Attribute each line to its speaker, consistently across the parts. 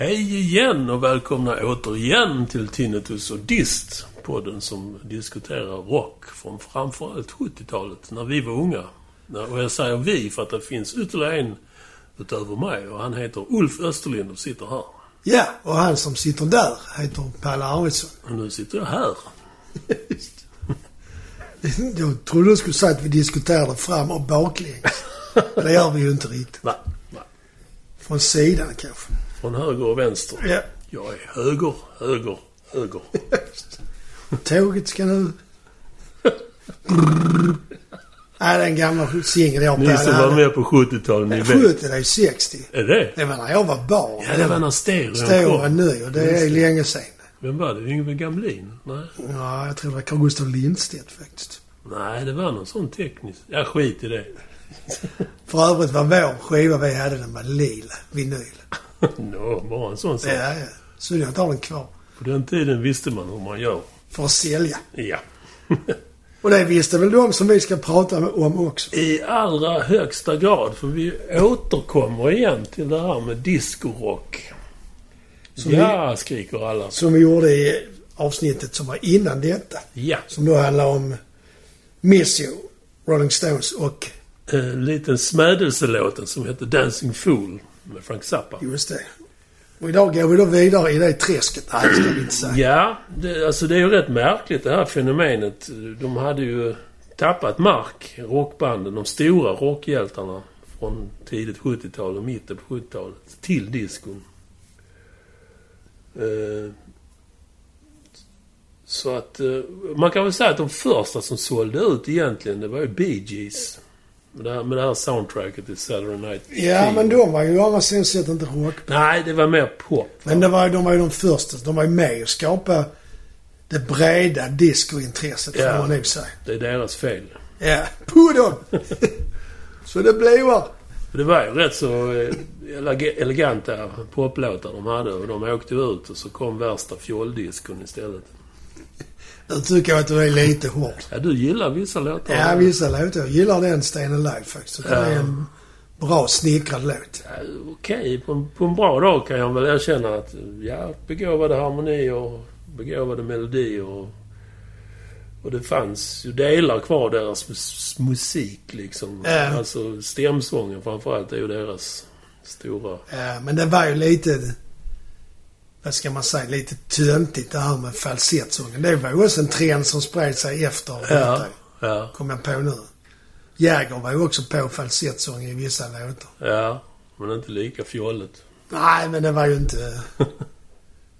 Speaker 1: igen och välkomna återigen till Tinnitus och Dist. Podden som diskuterar rock från framförallt 70-talet, när vi var unga. Och jag säger vi för att det finns ytterligare en utöver mig och han heter Ulf Österlind och sitter här.
Speaker 2: Ja, och han som sitter där heter Palle Arvidsson.
Speaker 1: Och nu sitter jag här.
Speaker 2: Jag trodde du skulle säga att vi diskuterade fram och baklänges. Men Det gör vi ju inte riktigt.
Speaker 1: Nej, nej.
Speaker 2: Från sidan kanske.
Speaker 1: Från höger och vänster.
Speaker 2: Ja.
Speaker 1: Jag är höger, höger, höger.
Speaker 2: Tåget ska nu... Nej, den gamla singeln jag
Speaker 1: Ni som var med på 70-talet, ni vet.
Speaker 2: 70, det är 60.
Speaker 1: Är det?
Speaker 2: Det var när jag var barn.
Speaker 1: Ja, det var när stereon
Speaker 2: Står
Speaker 1: kom.
Speaker 2: nu och det är länge sedan.
Speaker 1: Vem var det? Yngve Gamlin? Nej.
Speaker 2: Ja, jag tror det var Carl Gustaf Lindstedt faktiskt.
Speaker 1: Nej, det var någon sån teknisk... Ja, skit i det.
Speaker 2: För övrigt var vår skiva vi hade, den var lila. Vinyl.
Speaker 1: Nå, bara en sån sak.
Speaker 2: Ja, ja. eh, Så jag tar den kvar.
Speaker 1: På den tiden visste man hur man gör.
Speaker 2: För att sälja.
Speaker 1: Ja.
Speaker 2: Och det visste väl de som vi ska prata om också.
Speaker 1: I allra högsta grad, för vi återkommer igen till det här med discorock.
Speaker 2: Så
Speaker 1: Ja, skriker alla.
Speaker 2: Som vi gjorde i avsnittet som var innan detta.
Speaker 1: Ja.
Speaker 2: Som då handlar om Miss You, Rolling Stones och
Speaker 1: En Eh, liten smädelselåten som heter Dancing Fool med Frank Zappa.
Speaker 2: just det. Och idag går vi då vidare i det träsket. Nej, det ska vi inte säga.
Speaker 1: Ja, det, alltså det är ju rätt märkligt det här fenomenet. De hade ju tappat mark, rockbanden, de stora rockhjältarna från tidigt 70-tal och mitten på 70-talet till diskon. Eh, Så att eh, man kan väl säga att de första som sålde ut egentligen, det var ju Bee Gees. Med det här, med det här soundtracket till Saturday Night
Speaker 2: Ja,
Speaker 1: Fever.
Speaker 2: men de var ju å andra sidan sett inte rock.
Speaker 1: Nej, det var mer pop.
Speaker 2: Men det var, ju- de var ju de första. De var ju med och skapade det breda discointresset,
Speaker 1: Ja.
Speaker 2: får man nog säga.
Speaker 1: Det är deras fel.
Speaker 2: Ja, på dem! Så det blev
Speaker 1: För Det var ju rätt så eh, eleg- eleganta poplåtar de hade och de åkte ut och så kom värsta fjolldiscon istället.
Speaker 2: Nu tycker jag att du är lite hård.
Speaker 1: Ja, du gillar vissa låtar.
Speaker 2: Ja, vissa låtar. Jag gillar den Stayin' Alive faktiskt. Det är en bra snickrad låt.
Speaker 1: Ja, Okej, på, en- på en bra dag kan jag väl erkänna att ja, begåvade harmonier och begåvade melodier. Och, och det fanns ju delar kvar av deras mus- musik liksom.
Speaker 2: Ja.
Speaker 1: Alltså stämsången framförallt är ju deras stora...
Speaker 2: Eh, Men det var ju lite... Vad ska man säga? Lite töntigt det här med falsettsången. Det var ju också en trend som spred sig efter detta.
Speaker 1: ja,
Speaker 2: Kom jag på nu. Jagger var ju också på falsettsång i vissa låtar.
Speaker 1: ja. Men inte lika fjolligt.
Speaker 2: Nej, men det var ju inte...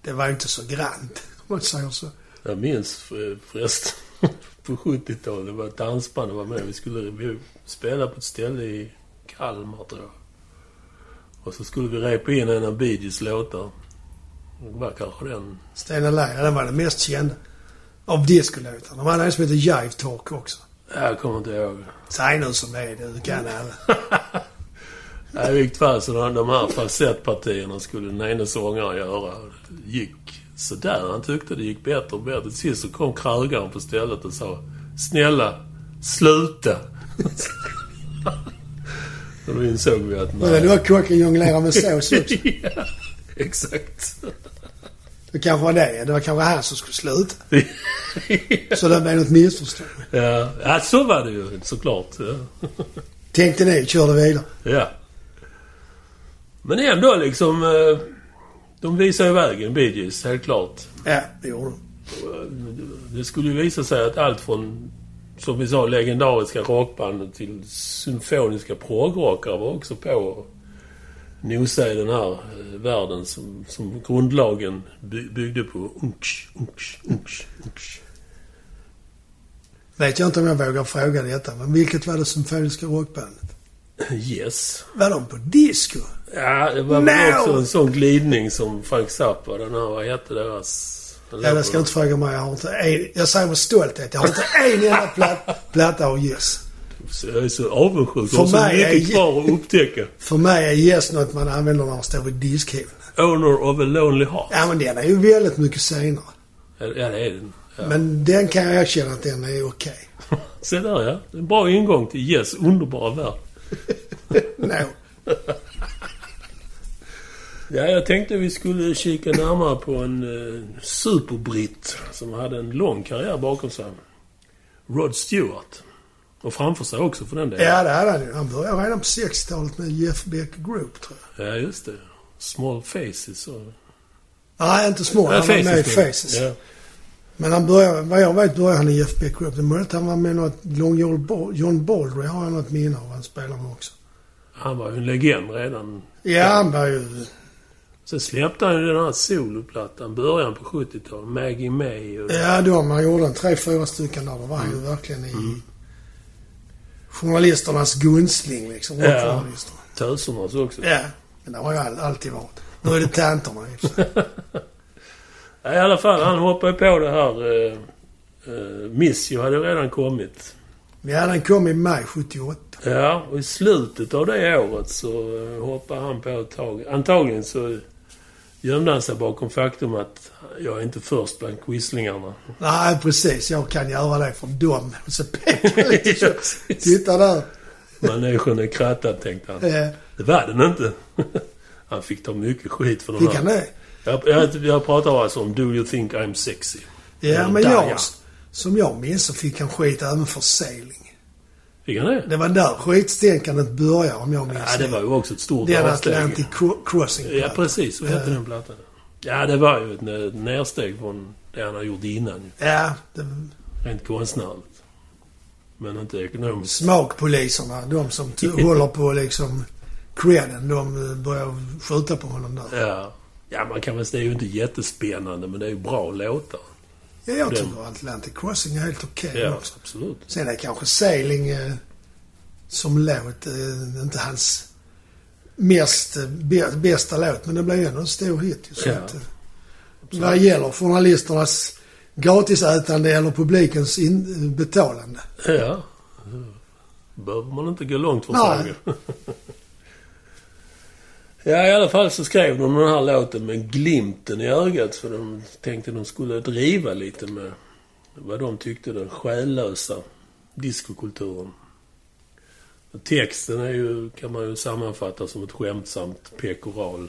Speaker 2: Det var ju inte så grant. Om man säger så.
Speaker 1: Jag minns för- förresten på 70-talet. Det var ett dansband som var med. Vi skulle vi spela på ett ställe i Kalmar, tror jag. Och så skulle vi repa in en av Bee Gees låtar. Det var kanske den...
Speaker 2: Stayin' Alive, den var den mest kända. Av discolåtarna. De hade en som hette Jive Talk också.
Speaker 1: Jag kommer inte ihåg.
Speaker 2: Säg nu som det är, du kan alla.
Speaker 1: Nej, I vilket fall så de de här falsettpartierna skulle den ene sångaren göra. Det gick sådär. Han tyckte det gick bättre och bättre. Till sist så kom krögaren på stället och sa Snälla, sluta! och då insåg vi att
Speaker 2: Men Det
Speaker 1: nej.
Speaker 2: var kocken jonglerar med sås också.
Speaker 1: ja, exakt.
Speaker 2: Det kanske var det. Det var kanske han som skulle sluta. Så det blev något missförstånd.
Speaker 1: ja. ja, så var det ju såklart. Ja.
Speaker 2: Tänkte ni, körde vidare.
Speaker 1: ja. Men ändå liksom... eh, De visar ju vägen, Bee Gees, helt klart.
Speaker 2: Ja, det gjorde de.
Speaker 1: Det skulle ju visa sig att allt från, som vi sa, legendariska rockband till symfoniska progrockare var också på och nosa i den här eh, världen som, som grundlagen by, byggde på. Unch, unch, unch, unch.
Speaker 2: Vet jag inte om jag vågar fråga detta, men vilket var det symfoniska rockbandet?
Speaker 1: Yes.
Speaker 2: Var de på disco?
Speaker 1: Ja, det var väl
Speaker 2: No!
Speaker 1: också en sån glidning som Frank Zappa, den här, vad hette deras...
Speaker 2: Ja, det ska du inte fråga mig. Jag har inte en... Jag säger med stolthet, jag har inte en enda plat, platta av Yes.
Speaker 1: Så Jag är så avundsjuk.
Speaker 2: För
Speaker 1: För så
Speaker 2: mig är-
Speaker 1: mycket kvar att upptäcka.
Speaker 2: För mig är Yes något man använder när man står vid diskhiven.
Speaker 1: Owner of a Lonely Heart.
Speaker 2: Ja, men den är ju väldigt mycket senare.
Speaker 1: Ja, det är den. Ja.
Speaker 2: Men den kan jag erkänna att den är okej.
Speaker 1: Se där ja. En bra ingång till Yes underbara värld.
Speaker 2: Nå.
Speaker 1: Ja, jag tänkte vi skulle kika närmare på en eh, superbritt som hade en lång karriär bakom sig. Rod Stewart. Och framför sig också för den delen.
Speaker 2: Ja, det hade han ju. Han började redan på 60-talet med Jeff Beck Group, tror jag.
Speaker 1: Ja, just det. Small Faces och...
Speaker 2: Nej, inte små. Han var med i Faces.
Speaker 1: Ja.
Speaker 2: Men han började, vad jag vet började han i Jeff Beck Group. Det är möjligt att han var med i något Long John Bal- John Baldry har jag något minne av. Han spelar med också.
Speaker 1: Han var ju en legend redan.
Speaker 2: Ja, han var ju...
Speaker 1: Sen släppte han ju den här soloplattan början på 70-talet. Maggie May och...
Speaker 2: Ja, då man gjorde en tre, fyra stycken där. Då var han ju verkligen i journalisternas gunsling liksom.
Speaker 1: Ja.
Speaker 2: Rockjournalisterna.
Speaker 1: Tösernas också.
Speaker 2: Ja, men det har jag all- alltid varit. Nu är det tanterna i och för sig.
Speaker 1: Ja, I alla fall, han hoppade på det här... Eh, eh, Miss You hade ju redan kommit.
Speaker 2: Ja, den kom i maj 78.
Speaker 1: Ja, och i slutet av det året så eh, hoppade han på ett tag. Antagligen så gömde han sig bakom faktum att jag är inte först bland quislingarna.
Speaker 2: Nej, precis. Jag kan göra det för dem. Och så pekar lite.
Speaker 1: Ja,
Speaker 2: så.
Speaker 1: precis.
Speaker 2: Titta där.
Speaker 1: Manegen är krattad, tänkte han.
Speaker 2: Eh,
Speaker 1: Det var den inte. Han fick ta mycket skit för den
Speaker 2: Fick han
Speaker 1: här.
Speaker 2: det?
Speaker 1: Jag, jag, jag pratar alltså om Do You Think I'm Sexy.
Speaker 2: Ja,
Speaker 1: Mm,
Speaker 2: men
Speaker 1: där,
Speaker 2: jag,
Speaker 1: ja.
Speaker 2: som jag minns så fick han skit även för sailing.
Speaker 1: Fick han det?
Speaker 2: Det var där skitstänkandet började om jag minns
Speaker 1: Ja, det var ju också ett stort
Speaker 2: Den
Speaker 1: avsteg.
Speaker 2: Atlantic Cro- Crossing.
Speaker 1: Ja, precis. Så hette den plattan. Ja, det var ju ett ne- ett nersteg från det han har gjort innan ju.
Speaker 2: Ja, det,
Speaker 1: Rent konstnärligt. Men inte ekonomiskt.
Speaker 2: smakpoliserna, de som t- håller på liksom credden, de eh, börjar skjuta på honom där.
Speaker 1: Ja. ja, man kan väl säga det är ju inte jättespännande, men det är ju bra låtar.
Speaker 2: Ja, jag
Speaker 1: Den-
Speaker 2: tycker Atlantic Crossing är helt okej
Speaker 1: Ja,
Speaker 2: också.
Speaker 1: absolut.
Speaker 2: Sen är kanske Sailing eh, som låt eh, inte hans mest, eh, bä- bästa låt, men det blev ändå en stor hit. ju, Så
Speaker 1: Ja.
Speaker 2: att, eh, vad gäller journalisternas gratisätande eller publikens in, eh, betalande.
Speaker 1: Ja. Behöver man inte gå långt för att
Speaker 2: Nej.
Speaker 1: fråga. Ja, i alla fall så skrev de den här låten med glimten i ögat för de tänkte de skulle driva lite med vad de tyckte den själlösa diskokulturen. Och Texten är ju, kan man ju sammanfatta som ett skämtsamt pekoral.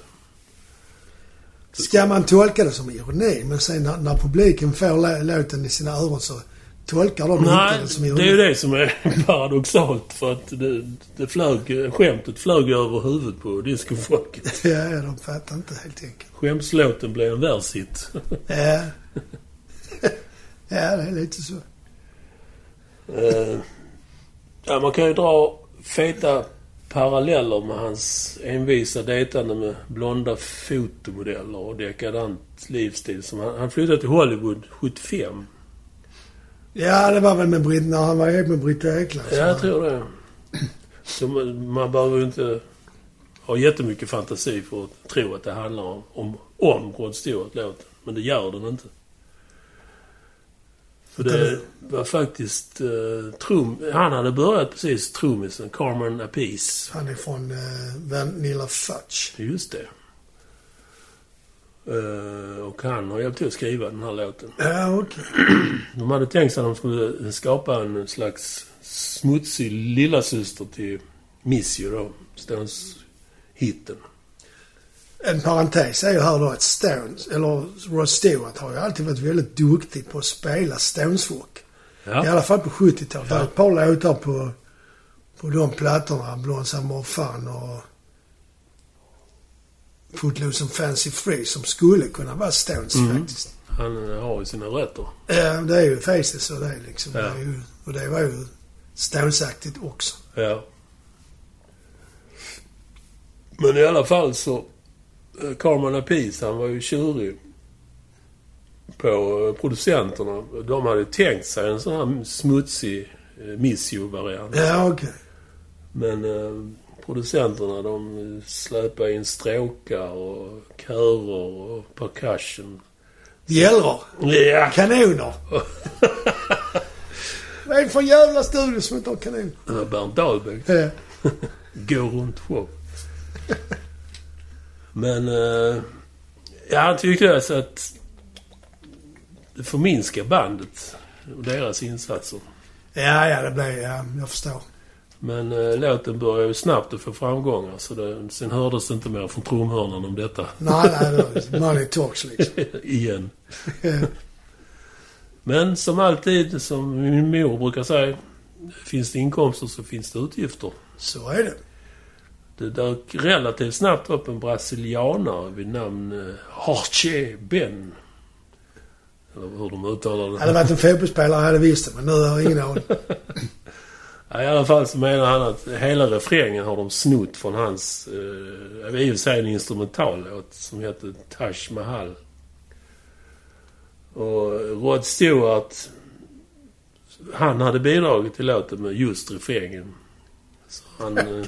Speaker 2: Ska man tolka det som ironi, men sen när, när publiken får lä- låten i sina öron så tolkar de
Speaker 1: Nej,
Speaker 2: inte den som
Speaker 1: det
Speaker 2: ironi.
Speaker 1: är ju det som är paradoxalt för att det, det flög, skämtet flög ju över huvudet på discofolket.
Speaker 2: Ja, ja, de fattar inte helt enkelt.
Speaker 1: Skämslåten blev en världshit.
Speaker 2: Ja. ja, det är lite så.
Speaker 1: Eh, ja, man kan ju dra feta paralleller med hans envisa dejtande med blonda fotomodeller och dekadant livsstil. Som han, han flyttade till Hollywood 75.
Speaker 2: Ja, det var väl med Britt, när han var ihop med Britta Ekland.
Speaker 1: Ja, jag tror det. Så man, man behöver ju inte ha jättemycket fantasi för att tro att det handlar om, om, om Rod Stewart-låten. Men det gör den inte. För det var faktiskt eh, trum, Han hade börjat precis trummisen, Carmen Apice.
Speaker 2: Han är från eh, Vanilla Fudge.
Speaker 1: Just det. Eh, och han har hjälpt till att skriva den här låten.
Speaker 2: Ja, okej.
Speaker 1: De hade tänkt sig att de skulle skapa en slags smutsig lillasyster till Miss You då. Stones-hitten.
Speaker 2: En parentes är ju här då att Stones, eller Rod Stewart, har ju alltid varit väldigt duktig på att spela Stones-rock. I
Speaker 1: Ja.
Speaker 2: alla fall på 70-talet. Det är
Speaker 1: Ja.
Speaker 2: ett par låtar på, på de plattorna. Blond Summer Fun och Footloose and Fancy Free som skulle kunna vara Stones
Speaker 1: Mm.
Speaker 2: faktiskt.
Speaker 1: Han eh, har ju sina rötter.
Speaker 2: Ja, det är ju Faces och det är liksom.
Speaker 1: Ja.
Speaker 2: Det är ju, och det var ju Stones-aktigt också.
Speaker 1: Ja. Men i alla fall så... eh, Carmen Apice, han var ju tjurig på eh, producenterna. De hade tänkt sig en sån här smutsig eh, Miss You-variant.
Speaker 2: Ja, okej.
Speaker 1: Men eh, producenterna de släpade in stråkar och körer och percussion.
Speaker 2: Gällror.
Speaker 1: Ja.
Speaker 2: Kanoner. Vad är det för jävla studio som inte har kanoner?
Speaker 1: Eh, Bernt Dahlbeck.
Speaker 2: Ja.
Speaker 1: Gå runt show. Men... Eh, ja, han tyckte alltså att... Det förminskar bandet och deras insatser.
Speaker 2: ja, ja, det blev... Ja, jag förstår.
Speaker 1: Men eh, låten började ju snabbt att få framgångar så det, sen hördes det inte mer från trumhörnan om detta
Speaker 2: Nej, nej, det var money talks liksom.
Speaker 1: igen. Men som alltid, som min mor brukar säga, finns det inkomster så finns det utgifter.
Speaker 2: Så är det.
Speaker 1: Det dök relativt snabbt upp en brasilianare vid namn Harche Ben. Eller hur de uttalar det.
Speaker 2: Hade det varit en fotbollsspelare hade jag visst det, men nu har jag ingen aning.
Speaker 1: Ja, I alla fall så menar han att hela refrängen har de snott från hans... Eh, det är ju sig en instrumentallåt som heter Taj Mahal. Och Rod Stewart... Han hade bidragit till låten med just refrängen. Så han... eh,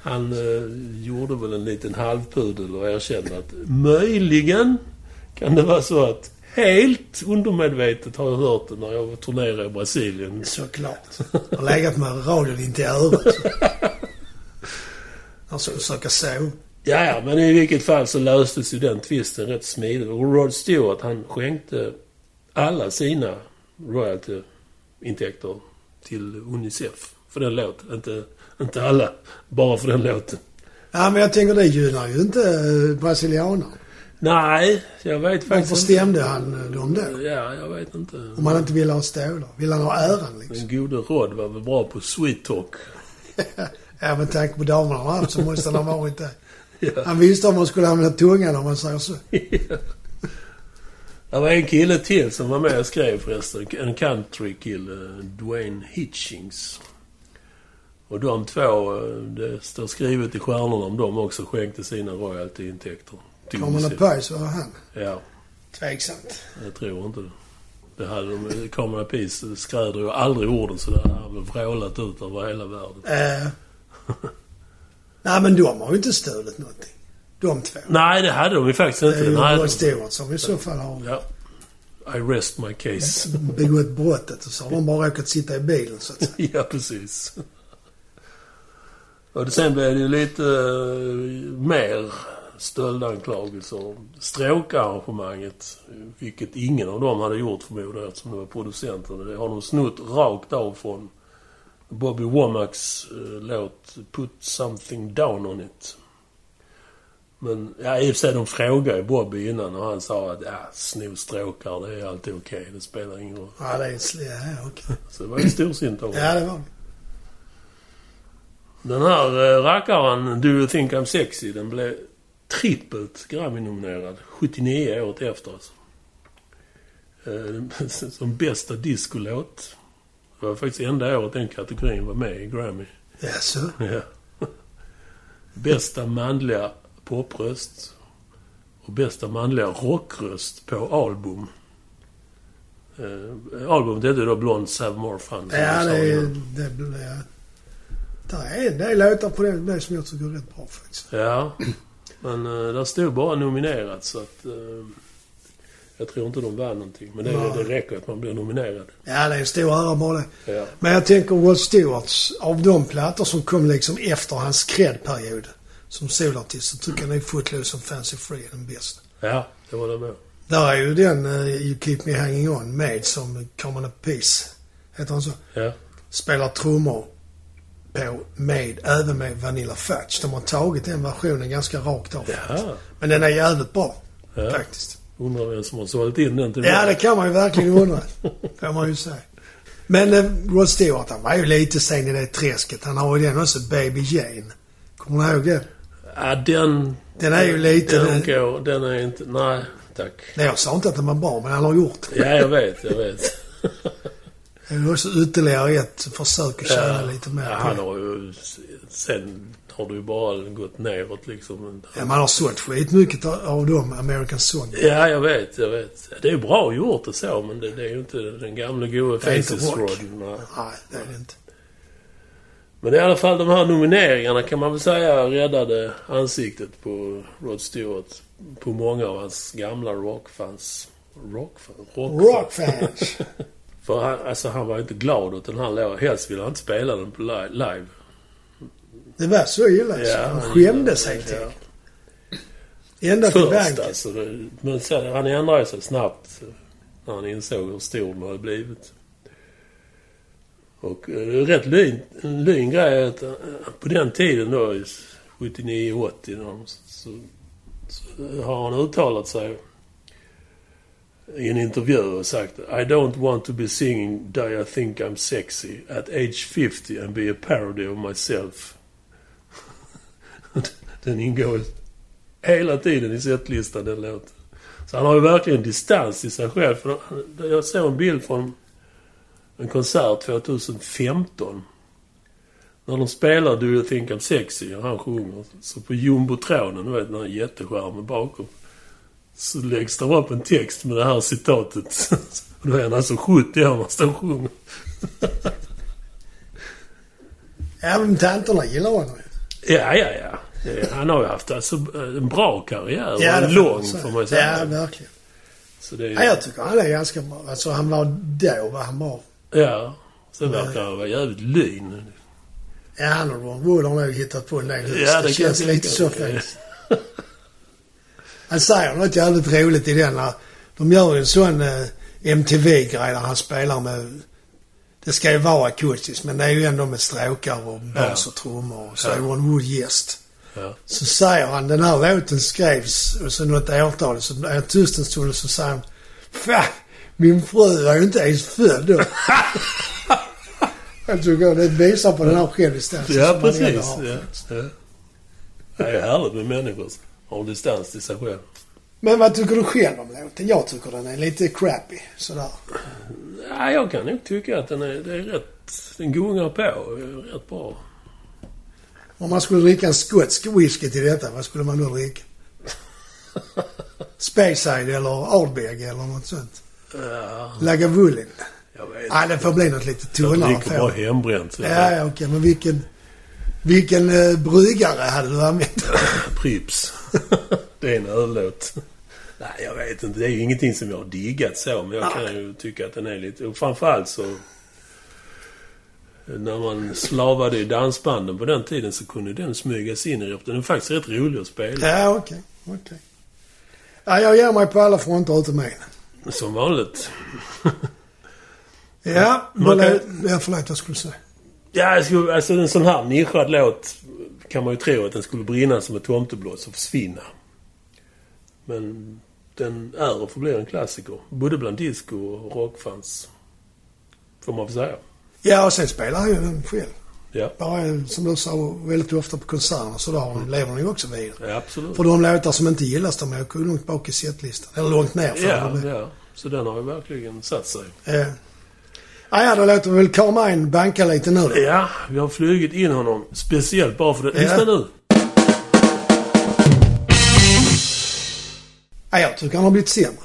Speaker 1: han eh, gjorde väl en liten halvpudel och erkände att möjligen kan det vara så att helt undermedvetet har jag hört det när jag var turnerade i Brasilien.
Speaker 2: Såklart. Har legat med radion in till örat. Han skulle försöka sova.
Speaker 1: Ja, ja, men i vilket fall så löstes ju den tvisten rätt smidigt. Och Rod Stewart, han skänkte alla sina royaltyintäkter till Unicef för den låten. Inte, inte alla, bara för den låten.
Speaker 2: Ja, men jag tänker det gynnar ju inte eh, brasilianaren.
Speaker 1: Nej, jag vet
Speaker 2: Varför
Speaker 1: faktiskt
Speaker 2: stämde han eh, dem då?
Speaker 1: Ja, jag vet inte.
Speaker 2: Om han inte ville ha stålar. Vill han ha äran liksom?
Speaker 1: Den gode Rod var väl bra på sweet talk.
Speaker 2: Ja, med tanke på damerna han haft så måste han ha varit det.
Speaker 1: Ja.
Speaker 2: Han visste om man skulle använda tungan om man säger så.
Speaker 1: Det var en kille till som var med och skrev förresten. En countrykille, Dwayne Hitchings. Och de två, eh, det står skrivet i stjärnorna om de också skänkte sina royaltyintäkter. till
Speaker 2: Carmen
Speaker 1: Unicef.
Speaker 2: Apice var han.
Speaker 1: Ja,
Speaker 2: Tveksamt.
Speaker 1: jag tror inte det. Det hade de, Carmen Apice skräder ju aldrig orden så det hade han väl vrålat ut över hela världen.
Speaker 2: Eh. Nej, men de har ju inte stulit någonting. De två.
Speaker 1: Nej, det hade de ju faktiskt
Speaker 2: Det
Speaker 1: inte.
Speaker 2: är ju
Speaker 1: Nej,
Speaker 2: Rod Stewart som i så fall har
Speaker 1: ja. I rest my case.
Speaker 2: begått brottet och så har de bara råkat sitta i bilen så att säga.
Speaker 1: Ja, precis. Och sen blev det ju lite eh, mer stöldanklagelser. Stråkarrangemanget, vilket ingen av dem hade gjort förmodar jag eftersom det var producenten. Det har de snott rakt av från Bobby Womacks eh, låt Put Something Down On It. Men ja, i och för sig de frågade Bobby innan och han sa att ja, sno stråkar, det är alltid okej. Det spelar ingen roll.
Speaker 2: Ja, det är en sl- ja, okej.
Speaker 1: Så det var ju storsint av honom.
Speaker 2: Ja, det var det.
Speaker 1: Den här eh, rackaren, Do You Think I'm Sexy, den blev trippelt Grammy-nominerad. 79 året efter alltså. Eh, Som bästa discolåt. Det var faktiskt enda året den kategorin var med i Grammy.
Speaker 2: Ja, så.
Speaker 1: Ja. Bästa manliga popröst. Och bästa manliga rockröst på album. Eh, albumet hette då Blonde Have More Fun. som jag
Speaker 2: Ja,
Speaker 1: sa
Speaker 2: det är...
Speaker 1: innan.
Speaker 2: Det blir... Ja. Det är en del låtar på den med som jag tycker är rätt bra faktiskt.
Speaker 1: Ja, men eh, där stod bara nominerat så att... eh, jag tror inte de vann någonting. Men det,
Speaker 2: Nej.
Speaker 1: det räcker att man blir nominerad.
Speaker 2: Ja, det är en stor ära bara det.
Speaker 1: Ja.
Speaker 2: Men jag tänker Rod Stewarts, av de plattor som kom liksom efter hans cred-period som solartist så tycker jag nog Footloose och Fancy Free är den bästa.
Speaker 1: ja, det var det med.
Speaker 2: Där är ju den eh, You Keep Me Hanging On med som Carmen Apice, heter han så,
Speaker 1: Ja,
Speaker 2: spelar trummor på med, även med Vanilla Fudge. De har tagit den versionen ganska rakt av.
Speaker 1: ja.
Speaker 2: Men den är jävligt bra,
Speaker 1: Ja.
Speaker 2: faktiskt.
Speaker 1: undrar vem som har sålt in den till
Speaker 2: Ja,
Speaker 1: mig.
Speaker 2: det kan man ju verkligen undra. kan man ju säga. Men eh, Rod Stewart, han var ju lite sen i det träsket. Han har ju den också, Baby Jane. Kommer du ihåg det?
Speaker 1: ja, den...
Speaker 2: Den är ju lite...
Speaker 1: Den,
Speaker 2: Den,
Speaker 1: går, den är inte... Nej, tack.
Speaker 2: nej, jag sa inte att den var bra, men han har gjort det.
Speaker 1: Ja, jag vet, jag vet.
Speaker 2: Det är också ytterligare ett försök att tjäna
Speaker 1: Ja.
Speaker 2: lite
Speaker 1: Ja,
Speaker 2: mer på
Speaker 1: han
Speaker 2: det.
Speaker 1: har ju... Sen har du ju bara gått neråt liksom.
Speaker 2: ja, Man har sålt skitmycket av- av dem, American Song.
Speaker 1: Ja, jag vet, jag vet. Det är bra gjort och så, men det, det är ju inte den gamla goa
Speaker 2: Det är inte
Speaker 1: Faces
Speaker 2: rock.
Speaker 1: Rod. nej.
Speaker 2: Nej, det är det inte.
Speaker 1: Men i alla fall de här nomineringarna kan man väl säga räddade ansiktet på Rod Stewart. På många av hans gamla rockfans. Rockfans? Rockfans.
Speaker 2: Rockfans!
Speaker 1: För han, alltså, han var inte glad åt den här låten. Helst ville han inte spela den på li- live.
Speaker 2: Det var så illa alltså. Han skämdes helt
Speaker 1: Ja.
Speaker 2: enkelt. Ända till
Speaker 1: Först
Speaker 2: banken.
Speaker 1: alltså. det- Men sen, han ändrade sig snabbt. När han insåg hur stor den hade blivit. Och eh, rätt lyn, en lyn grej är att eh, på den tiden då, i 79-80, då, så, så, så har han uttalat sig i en intervju och sagt I don't want to be singing that I think I'm sexy at age 50 and be a parody of myself. den ingår hela tiden i setlistan den låten. Så han har ju verkligen distans till sig själv. För jag såg en bild från en konsert 2015. När de spelar Do You Think I'm Sexy och han sjunger. Så på jumbotronen, du vet den här jätteskärmen bakom. Så läggs det upp en text med det här citatet. Och då är han alltså 70 år när han står och sjunger.
Speaker 2: Även tanterna gillar honom ju.
Speaker 1: Ja, ja, ja. Eh, Han har ju haft alltså en bra karriär. och
Speaker 2: det
Speaker 1: en
Speaker 2: får man
Speaker 1: lång, får man ju säga.
Speaker 2: Ja, verkligen.
Speaker 1: Så det är,
Speaker 2: Ja, jag tycker han är ganska bra. Alltså han var då vad han var.
Speaker 1: Ja. Sen verkar han vara jävligt lyn.
Speaker 2: Ja, han och Ron Wood har nog hittat på en del hus.
Speaker 1: Ja,
Speaker 2: det,
Speaker 1: det
Speaker 2: känns
Speaker 1: kanske-
Speaker 2: lite så faktiskt. Han säger något jävligt roligt i den när de gör ju en sån eh, MTV-grej där han spelar med... Det ska ju vara akustiskt men det är ju ändå med stråkar och bas och trummor och så är Ron Wood gäst.
Speaker 1: Ja.
Speaker 2: Så säger han den här låten skrevs och så något årtal så är tysten stod och så säger han Fan, min fru var ju inte ens född då. jag tycker det visar på den här självdistansen som
Speaker 1: Ja,
Speaker 2: man ändå
Speaker 1: precis.
Speaker 2: har.
Speaker 1: Ja. Ja. Det är härligt med människor som har distans till sig själv.
Speaker 2: Men vad tycker du själv om låten? Jag tycker den är lite crappy sådär.
Speaker 1: Ja, jag kan nog tycka att den är, det är rätt... Den gungar på eh, rätt bra.
Speaker 2: Om man skulle dricka en skotsk whisky till detta, vad skulle man då dricka? Speyside eller Ardbeg eller något sånt.
Speaker 1: Ja,
Speaker 2: Lagavulin.
Speaker 1: jag vet
Speaker 2: Nej, det får bli något lite
Speaker 1: Jag
Speaker 2: tunnare.
Speaker 1: dricker bara
Speaker 2: får det.
Speaker 1: hembränt. så
Speaker 2: Ja,
Speaker 1: jag-
Speaker 2: ja, okej. Men vilken... Vilken eh, bryggare hade du använt?
Speaker 1: Prips. det är en öllåt. Nej, jag vet inte. Det är ju ingenting som jag har diggat så, men jag kan ju tycka att den är lite... Och framförallt så... När man slavade i dansbanden på den tiden så kunde den smygas in i rep. Den är faktiskt rätt rolig att spela.
Speaker 2: ja, okej. okej. Ja, jag ger mig på alla fronter utom en.
Speaker 1: Som vanligt.
Speaker 2: Ja,
Speaker 1: Man
Speaker 2: men, eh,
Speaker 1: kan-
Speaker 2: ja, förlåt. Jag skulle säga.
Speaker 1: Ja, jag skulle- alltså en sån här nischad låt kan man ju tro att den skulle brinna som ett tomteblås och försvinna. Men den är och förblir en klassiker. Både bland disco och rockfans. Får man väl säga.
Speaker 2: Ja, och sen spelar han ju den själv.
Speaker 1: Ja,
Speaker 2: Bara, som du sa, väldigt ofta på konserter så då har- lever den ju också vidare.
Speaker 1: ja absolut.
Speaker 2: För de låtar som inte gillas, de åker ju långt bak i setlistan. Eller långt ner. För
Speaker 1: Ja,
Speaker 2: dem.
Speaker 1: ja. Så den har ju verkligen satt sig.
Speaker 2: Eh. Ah, ja, då låter vi väl Carmine banka lite nu då.
Speaker 1: Ja, vi har flugit in honom speciellt bara för det.
Speaker 2: Ja.
Speaker 1: Lyssna nu!
Speaker 2: Ah, jag tycker han har blivit sämre.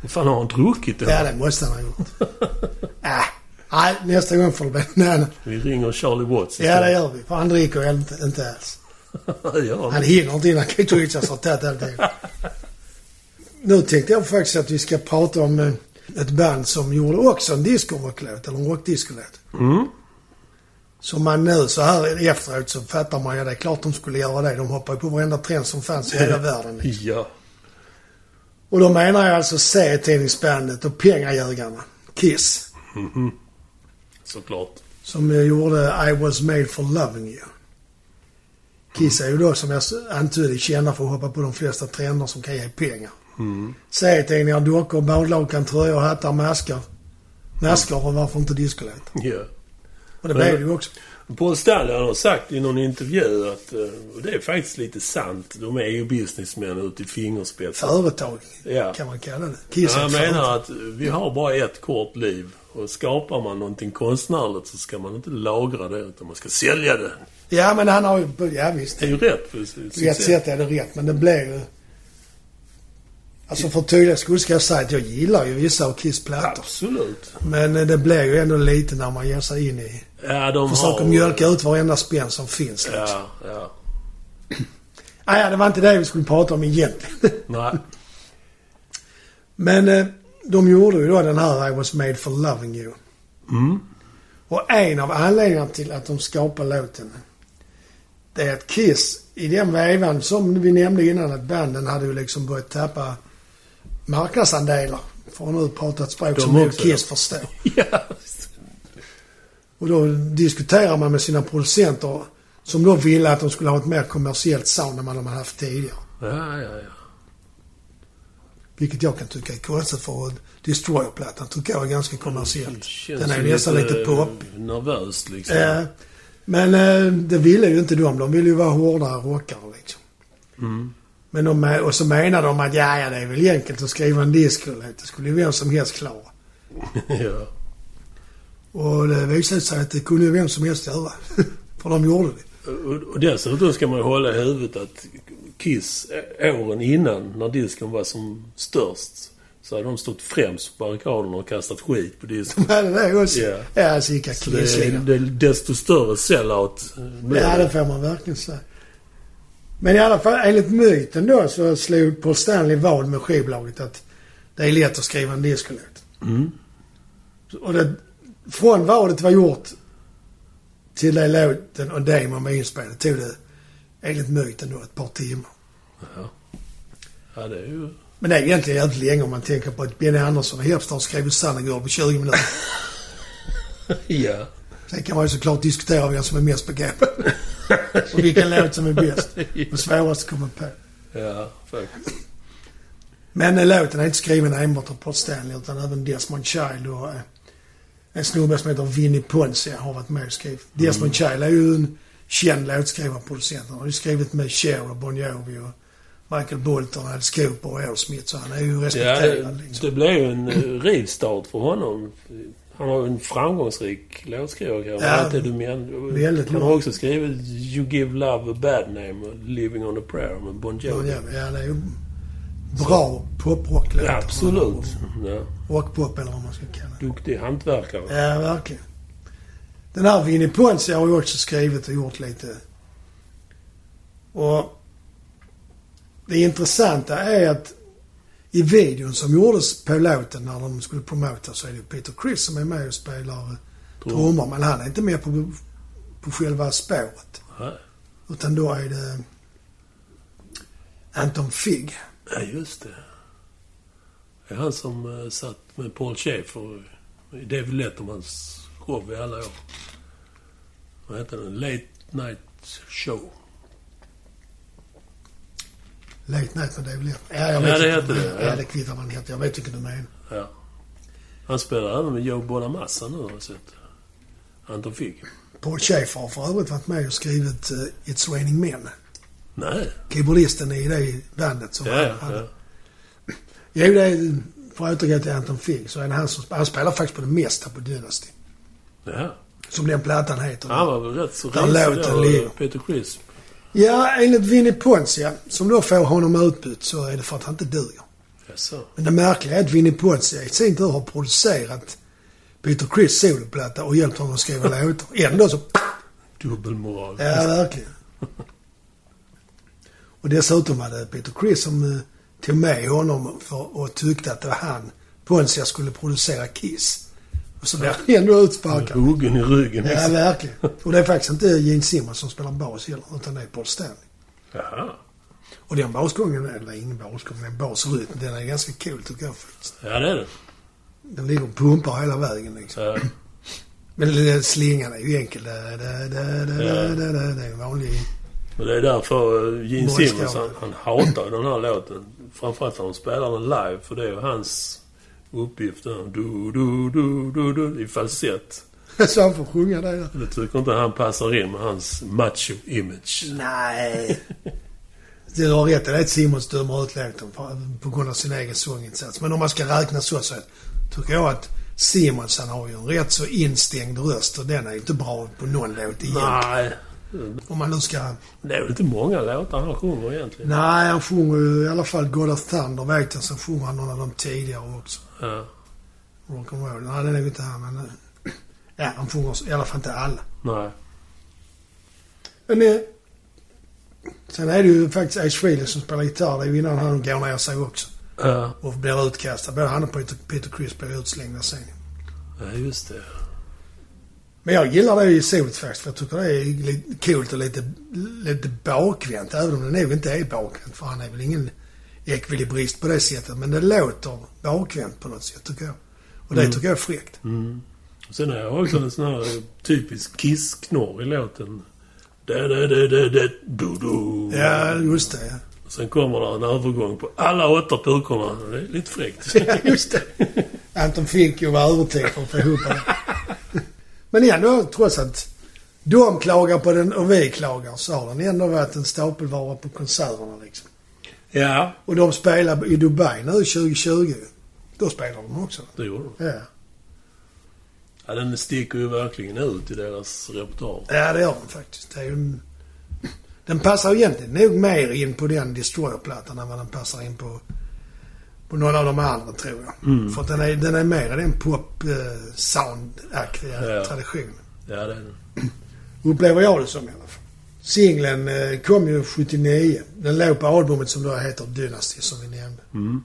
Speaker 1: Vad fan har han druckit då?
Speaker 2: Ja, det måste han ha gjort. ah. Nej, nästa gång får det bli någon annan.
Speaker 1: Vi ringer Charlie Watts
Speaker 2: Ja, det gör vi. För han dricker ju inte, inte alls.
Speaker 1: det gör
Speaker 2: Han
Speaker 1: han.
Speaker 2: hinner inte innan Keith Richards har tagit all del. Nu tänkte jag faktiskt att vi ska prata om eh, ett band som gjorde också en discorocklåt, eller en rockdiscolåt.
Speaker 1: Mm.
Speaker 2: Som man nu så här efteråt så fattar man ju det. är klart de skulle göra det. De hoppar ju på varenda trend som fanns i hela världen.
Speaker 1: Ja.
Speaker 2: Och då menar jag alltså serietidningsbandet och pengajägarna. Kiss.
Speaker 1: Såklart.
Speaker 2: Som eh, gjorde I was made for loving you. Kiss är ju då som jag s- antydde kända för att hoppa på de flesta trender som kan ge pengar.
Speaker 1: Mm.
Speaker 2: Serietidningar, dockor, badlakan, tröjor, hattar, masker. Masker och varför inte discolåt?
Speaker 1: Ja.
Speaker 2: Och
Speaker 1: Men-
Speaker 2: det blev det ju också.
Speaker 1: Paul Stanley han har sagt i någon intervju att, eh, och det är faktiskt lite sant, de är ju businessmän ut i fingerspetsarna.
Speaker 2: Företag
Speaker 1: Ja.
Speaker 2: kan man kalla det. Kiss är
Speaker 1: Han
Speaker 2: ett företag.
Speaker 1: menar att vi har bara ett kort liv och skapar man någonting konstnärligt så ska man inte lagra det utan man ska sälja det.
Speaker 2: Ja, men han har ju... Ja, visst.
Speaker 1: Det är ju rätt. för sin-
Speaker 2: På ett sätt är det rätt, men det blev ju... Alltså för tydlighetens skull ska jag säga att jag gillar ju vissa av Kiss plattor.
Speaker 1: Absolut.
Speaker 2: Men eh, det blir ju ändå lite när man ger sig in i...
Speaker 1: Ja, de
Speaker 2: Försöker
Speaker 1: har...
Speaker 2: mjölka ut varenda spänn som finns liksom. Ja.
Speaker 1: Ja, ja.
Speaker 2: Ah, ja, det var inte det vi skulle prata om egentligen.
Speaker 1: Nej.
Speaker 2: men eh, de gjorde ju då den här I was made for loving you.
Speaker 1: Mm.
Speaker 2: Och en av anledningarna till att de skapar låten. Det är att Kiss i den vevan, som vi nämnde innan, att banden hade ju liksom börjat tappa marknadsandelar. För att nu prata ett språk
Speaker 1: De
Speaker 2: som nog
Speaker 1: också,
Speaker 2: Kiss förstår.
Speaker 1: Ja.
Speaker 2: Och då diskuterar man med sina producenter som då ville att de skulle ha ett mer kommersiellt sound än vad de hade haft tidigare.
Speaker 1: Ja, ja, ja.
Speaker 2: Vilket jag kan tycka är konstigt för Destroyer-plattan tycker jag är ganska kommersiellt.
Speaker 1: Mm, Känns
Speaker 2: Den är
Speaker 1: ju
Speaker 2: ju nästan lite pop.
Speaker 1: Nervöst liksom.
Speaker 2: Eh, men eh, det ville ju inte de. De ville ju vara hårdare rockare liksom.
Speaker 1: Mm.
Speaker 2: Men de, eh, och så menade de att ja, ja, det är väl enkelt att skriva en discolåt. Det skulle ju vem som helst klara.
Speaker 1: ja.
Speaker 2: Och det visade sig att det kunde ju vem som helst göra. För de gjorde det.
Speaker 1: Och och dessutom ska man hålla i huvudet att Kiss, eh, åren innan, när disken var som störst, så hade de stått främst på barrikaderna och kastat skit på disken.
Speaker 2: De hade det också.
Speaker 1: Ja.
Speaker 2: Ja, så gick jag
Speaker 1: Så det, är- det är desto större sellout eh, blir
Speaker 2: Ja, det
Speaker 1: det.
Speaker 2: får man verkligen säga. Men i alla fall, enligt myten då så slog Paul Stanley vad med skivbolaget att det är lätt att skriva en discolåt.
Speaker 1: Mm.
Speaker 2: Och det, från vadet var gjort till det låten och demon var inspelad tog det enligt myten då ett par timmar.
Speaker 1: Ja, det är ju...
Speaker 2: Men det är egentligen jävligt länge om man tänker på att Benny Andersson och Hepstar skrev Sannegirl på 20 minuter.
Speaker 1: Ja.
Speaker 2: Sen kan man ju såklart diskutera vem som är mest begåvad. och vilken låt som är bäst. Och svårast att komma på.
Speaker 1: Ja, faktiskt.
Speaker 2: Men eh, låten är inte skriven enbart av Paul Stanley utan även Desmond Child och eh, en snubbe som heter Vinnie Ponsia har varit med och skrivit.
Speaker 1: Mm.
Speaker 2: Desmond Child är ju en känd låtskrivarproducent. Han har ju skrivit med Cher och Bon Jovi och Michael Bolton, Al Cooper och Aerosmith. Så han är ju
Speaker 1: Ja,
Speaker 2: respekterad.
Speaker 1: det,
Speaker 2: liksom.
Speaker 1: det blev ju en eh, rivstart för honom. Han har ju en framgångsrik låtskrivarkarriär.
Speaker 2: Ja,
Speaker 1: Allt det du men-
Speaker 2: väldigt
Speaker 1: Han har
Speaker 2: lång.
Speaker 1: också skrivit You Give Love a Bad Name och Living on a Prayer med Bon
Speaker 2: Bon
Speaker 1: Jovi.
Speaker 2: Jovi, ja det är ju bra poprocklåtar.
Speaker 1: Ja, absolut. Ja.
Speaker 2: Rockpop eller vad man ska kalla det.
Speaker 1: Duktig hantverkare.
Speaker 2: Mm, Ja, verkligen. Den här Vinnie Ponsia har ju också skrivit och gjort lite. Och det intressanta är att i videon som gjordes på låten när de skulle promota så är det ju Peter Criss som är med och spelar
Speaker 1: Tror-
Speaker 2: trummor. Men han är inte med på, på själva spåret.
Speaker 1: Nej.
Speaker 2: Utan då är det Anton Figg.
Speaker 1: Ja, just det. Det är han som eh, satt med Paul Schaefer i David Lettermans show i alla år. Vad heter den? Late Night Show.
Speaker 2: Late Night med David Letterman. Ja,
Speaker 1: Ja,
Speaker 2: jag vet
Speaker 1: det
Speaker 2: inte.
Speaker 1: heter det,
Speaker 2: Ja,
Speaker 1: ja.
Speaker 2: det kvittar vad den heter. Jag vet vilken du menar.
Speaker 1: Ja. Han spelar även med Joe Bonamassa nu har jag sett. Anton Figg.
Speaker 2: Paul Schaefer har för övrigt varit med och skrivit eh, It's Raining Men.
Speaker 1: Nej.
Speaker 2: Keyboardisten i det bandet som
Speaker 1: Ja,
Speaker 2: han
Speaker 1: ja,
Speaker 2: hade.
Speaker 1: ja.
Speaker 2: Jo, det är, för att återgå till Anton Figg så är det han som han spelar faktiskt på det mesta på Dynasty.
Speaker 1: ja.
Speaker 2: Som den plattan heter.
Speaker 1: Han var väl rätt så
Speaker 2: Där
Speaker 1: risig
Speaker 2: låten
Speaker 1: då,
Speaker 2: ligger.
Speaker 1: Peter Crisp.
Speaker 2: Ja, enligt Vinnie Ponsia, som då får honom utbytt, så är det för att han inte duger.
Speaker 1: Jaså?
Speaker 2: Men det märkliga är att Vinnie Ponsia i sin tur har producerat Peter Criss soloplatta och hjälpt honom att skriva låtar. Ändå så
Speaker 1: Dubbelmoral.
Speaker 2: Ja, verkligen. Och dessutom hade Peter Criss som eh, tog med honom för, och tyckte att det var han, Ponsia, skulle producera Kiss. Och så blev han ändå utsparkad.
Speaker 1: Huggen i ryggen.
Speaker 2: Ja,
Speaker 1: liksom.
Speaker 2: verkligen. Och det är faktiskt inte Gene Simmons som spelar bas heller, utan det är Paul Stanley.
Speaker 1: Jaha.
Speaker 2: Och den basgången, eller ingen basgång, men basrytm, den är ganska cool tycker jag faktiskt.
Speaker 1: Ja, det är det.
Speaker 2: Den ligger och pumpar hela vägen liksom.
Speaker 1: Ja.
Speaker 2: Men eh, slingan är ju enkel. Det är en vanlig...
Speaker 1: Och det är därför eh, Gene
Speaker 2: Morris
Speaker 1: Simmons, han,
Speaker 2: Gallagher.
Speaker 1: han hatar ju den här låten. Framförallt när de spelar den live, för det är ju hans uppgift. där. Du, du, du, du, du, I falsett.
Speaker 2: Så han får sjunga det där.
Speaker 1: Det tycker inte han passar in med hans macho-image.
Speaker 2: Nej. Du har rätt. Det är ett Simons dömer ut låten på- på grund av sin egen sånginsats. Men om man ska räkna så, så tycker jag att Simons han har ju en rätt så instängd röst och den är ju inte bra på någon låt igen.
Speaker 1: Nej,
Speaker 2: Om man nu ska...
Speaker 1: det är väl inte många låtar han sjunger egentligen.
Speaker 2: Nej, han sjunger ju i alla fall God of Thunder vet jag. Sen sjunger han någon av de tidigare också.
Speaker 1: Ja.
Speaker 2: Rock'n'roll. Nej, den är ju inte här men... eh, Ja, han sjunger i alla fall inte alla.
Speaker 1: Nej.
Speaker 2: Men, eh, sen är det ju faktiskt Ace Frehley som spelar gitarr. Det är ju innan han går ner sig också.
Speaker 1: Ja,
Speaker 2: och blir utkastad. Både han och Peter, Peter Criss blir utslängda sen.
Speaker 1: ja, just det.
Speaker 2: Men jag gillar det i solet faktiskt för jag tycker det är lite coolt och lite, lite bakvänt. Även om det nog inte är bakvänt för han är väl ingen ekvilibrist på det sättet. Men det låter bakvänt på något sätt tycker jag. Och det tycker jag är fräckt.
Speaker 1: Sen har jag också en sån här typisk Kiss-knorr i låten. Da, da, da, da, da, do, do.
Speaker 2: Ja, just det. Ja.
Speaker 1: Sen kommer det en övergång på alla åtta pukorna. Det är lite fräckt.
Speaker 2: Ja, just det. Anton Fink ju var övertid för att få ihop det. Men ändå, trots att de klagar på den och vi klagar, så har den ändå varit en stapelvara på konserterna liksom.
Speaker 1: Ja,
Speaker 2: Och de spelar i Dubai nu 2020. Då spelar de också.
Speaker 1: det gjorde de.
Speaker 2: Ja,
Speaker 1: Ja, den sticker ju verkligen ut i deras repertoar.
Speaker 2: ja det gör de faktiskt. Det är ju en... Den passar ju egentligen nog mer in på den Destroyer-plattan än vad den passar in på, på någon av de andra tror jag. För att den är, den är mer i den pop-sound-aktiga
Speaker 1: Ja.
Speaker 2: traditionen.
Speaker 1: Ja, det är den.
Speaker 2: Upplever jag det som i alla fall. Singeln eh, kom ju 79. Den låg på albumet som då heter Dynasty som vi nämnde.
Speaker 1: Mm.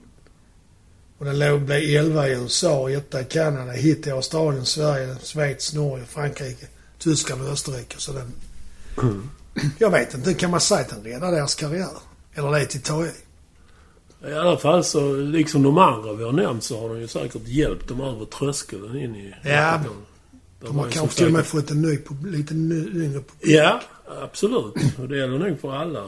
Speaker 2: Och den låg, blev 11 i USA, 1 i Kanada, hit i Australien, Sverige, Schweiz, Norge, Frankrike, Tyskland och Österrike. Så den... Jag vet inte, kan man säga att den räddade deras karriär? Eller det är till ta i.
Speaker 1: I alla fall så, liksom de andra vi har nämnt, så har de ju säkert hjälpt dem över tröskeln in i...
Speaker 2: Ja,
Speaker 1: De
Speaker 2: De
Speaker 1: har
Speaker 2: har
Speaker 1: ju
Speaker 2: kanske
Speaker 1: som
Speaker 2: till och med
Speaker 1: sagt-
Speaker 2: fått en ny, pub- lite ny, yngre pub-
Speaker 1: Ja, absolut. Och det gäller nog för alla.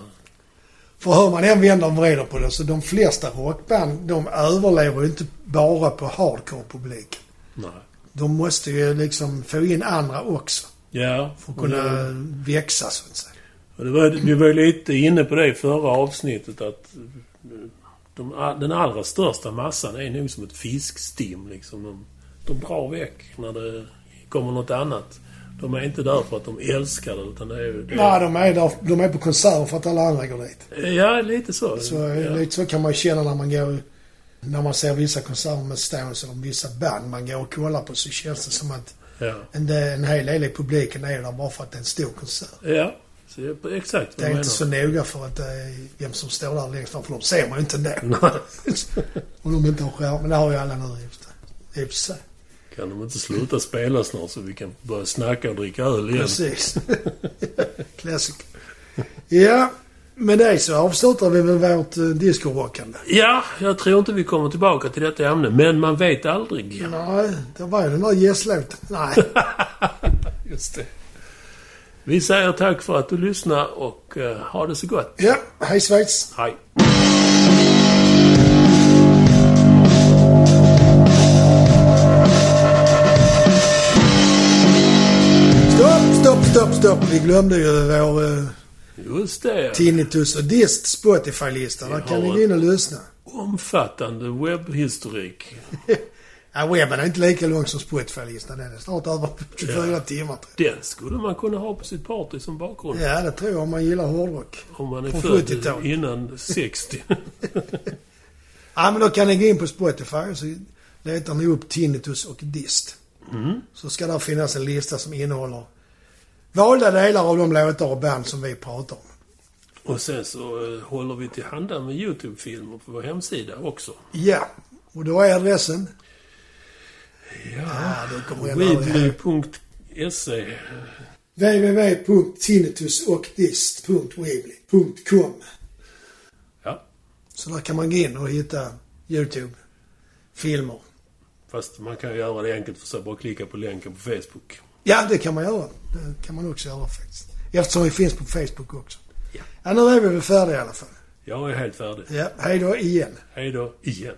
Speaker 2: För hur man än vänder och vrider på det så de flesta rockband de överlever ju inte bara på hardcore-publik.
Speaker 1: Nej.
Speaker 2: De måste ju liksom få in andra också
Speaker 1: Ja,
Speaker 2: för att kunna växa så att säga.
Speaker 1: Och det var, vi var ju lite inne på det i förra avsnittet att eh, de, den allra största massan är nog som ett fiskstim. Liksom. De, de drar väck när det kommer något annat. De är inte där för att de älskar det, utan det är ju... det-
Speaker 2: Nej, de är, där, de är på konserter för att alla andra går dit.
Speaker 1: Ja, lite så.
Speaker 2: Så, eh,
Speaker 1: ja.
Speaker 2: lite så kan man ju känna när man går när man ser vissa konserter med Stones eller vissa band man går och kollar på så känns det som att
Speaker 1: Ja.
Speaker 2: en, del- en hel del i publiken är där bara för att det är en stor konsert.
Speaker 1: ja. Så det är exakt
Speaker 2: Det
Speaker 1: vad jag
Speaker 2: är
Speaker 1: menar.
Speaker 2: inte så noga för att det är vem som står där längst fram för de ser man ju inte ändå. Om de inte har skärm. Men det har ju alla nu i och för sig. I och för sig.
Speaker 1: Kan de inte sluta spela snart så vi kan börja snacka och dricka öl igen?
Speaker 2: Precis. Classic. Ja, med det så avslutar vi väl vårt eh, discorockande.
Speaker 1: Ja, jag tror inte vi kommer tillbaka till detta ämne, men man vet aldrig.
Speaker 2: Nej, det var ju den där gästlåten. Nej.
Speaker 1: Just det. Vi säger tack för att du lyssnade och eh, ha det så gott.
Speaker 2: Ja, hej Schweiz.
Speaker 1: Hej.
Speaker 2: Stopp, stopp, stopp, stopp. Vi glömde ju vår uh,
Speaker 1: Just det.
Speaker 2: tinnitus och dist Spotify-lista. Där
Speaker 1: Jag
Speaker 2: kan ni
Speaker 1: har
Speaker 2: gå in och lyssna.
Speaker 1: Omfattande webbhistorik.
Speaker 2: ja, webben är inte lika lång som Spotify-listan. Den är snart över 24 timmar. tror
Speaker 1: Den skulle man kunna ha på sitt party som bakgrund.
Speaker 2: jag. Ja, det tror jag om man gillar hårdrock.
Speaker 1: Om man är
Speaker 2: På
Speaker 1: född
Speaker 2: 70-talet.
Speaker 1: innan 60.
Speaker 2: Ja, men då kan ni gå in på Spotify och så letar ni upp tinnitus och dist. Så ska där finnas en lista som innehåller valda delar av de låtar och band som vi pratar om.
Speaker 1: och sen så eh, håller vi till handa med YouTube-filmer på vår hemsida också.
Speaker 2: Ja, och då är adressen?
Speaker 1: Ja.
Speaker 2: Ja, Ah, då kommer jag aldrig ihåg.
Speaker 1: Weebly.se
Speaker 2: www.tinnitusochdist.weebly.com
Speaker 1: Ja,
Speaker 2: Så där kan man gå in och hitta YouTube, filmer.
Speaker 1: fast man kan ju göra det enkelt för sig. Bara klicka på länken på Facebook.
Speaker 2: Ja, det kan man göra. Det kan man också göra faktiskt. Eftersom vi finns på Facebook också.
Speaker 1: Ja.
Speaker 2: Ja, nu är vi väl färdiga i alla fall.
Speaker 1: Jag är helt färdig.
Speaker 2: Ja, hej då igen.
Speaker 1: Hej då, igen.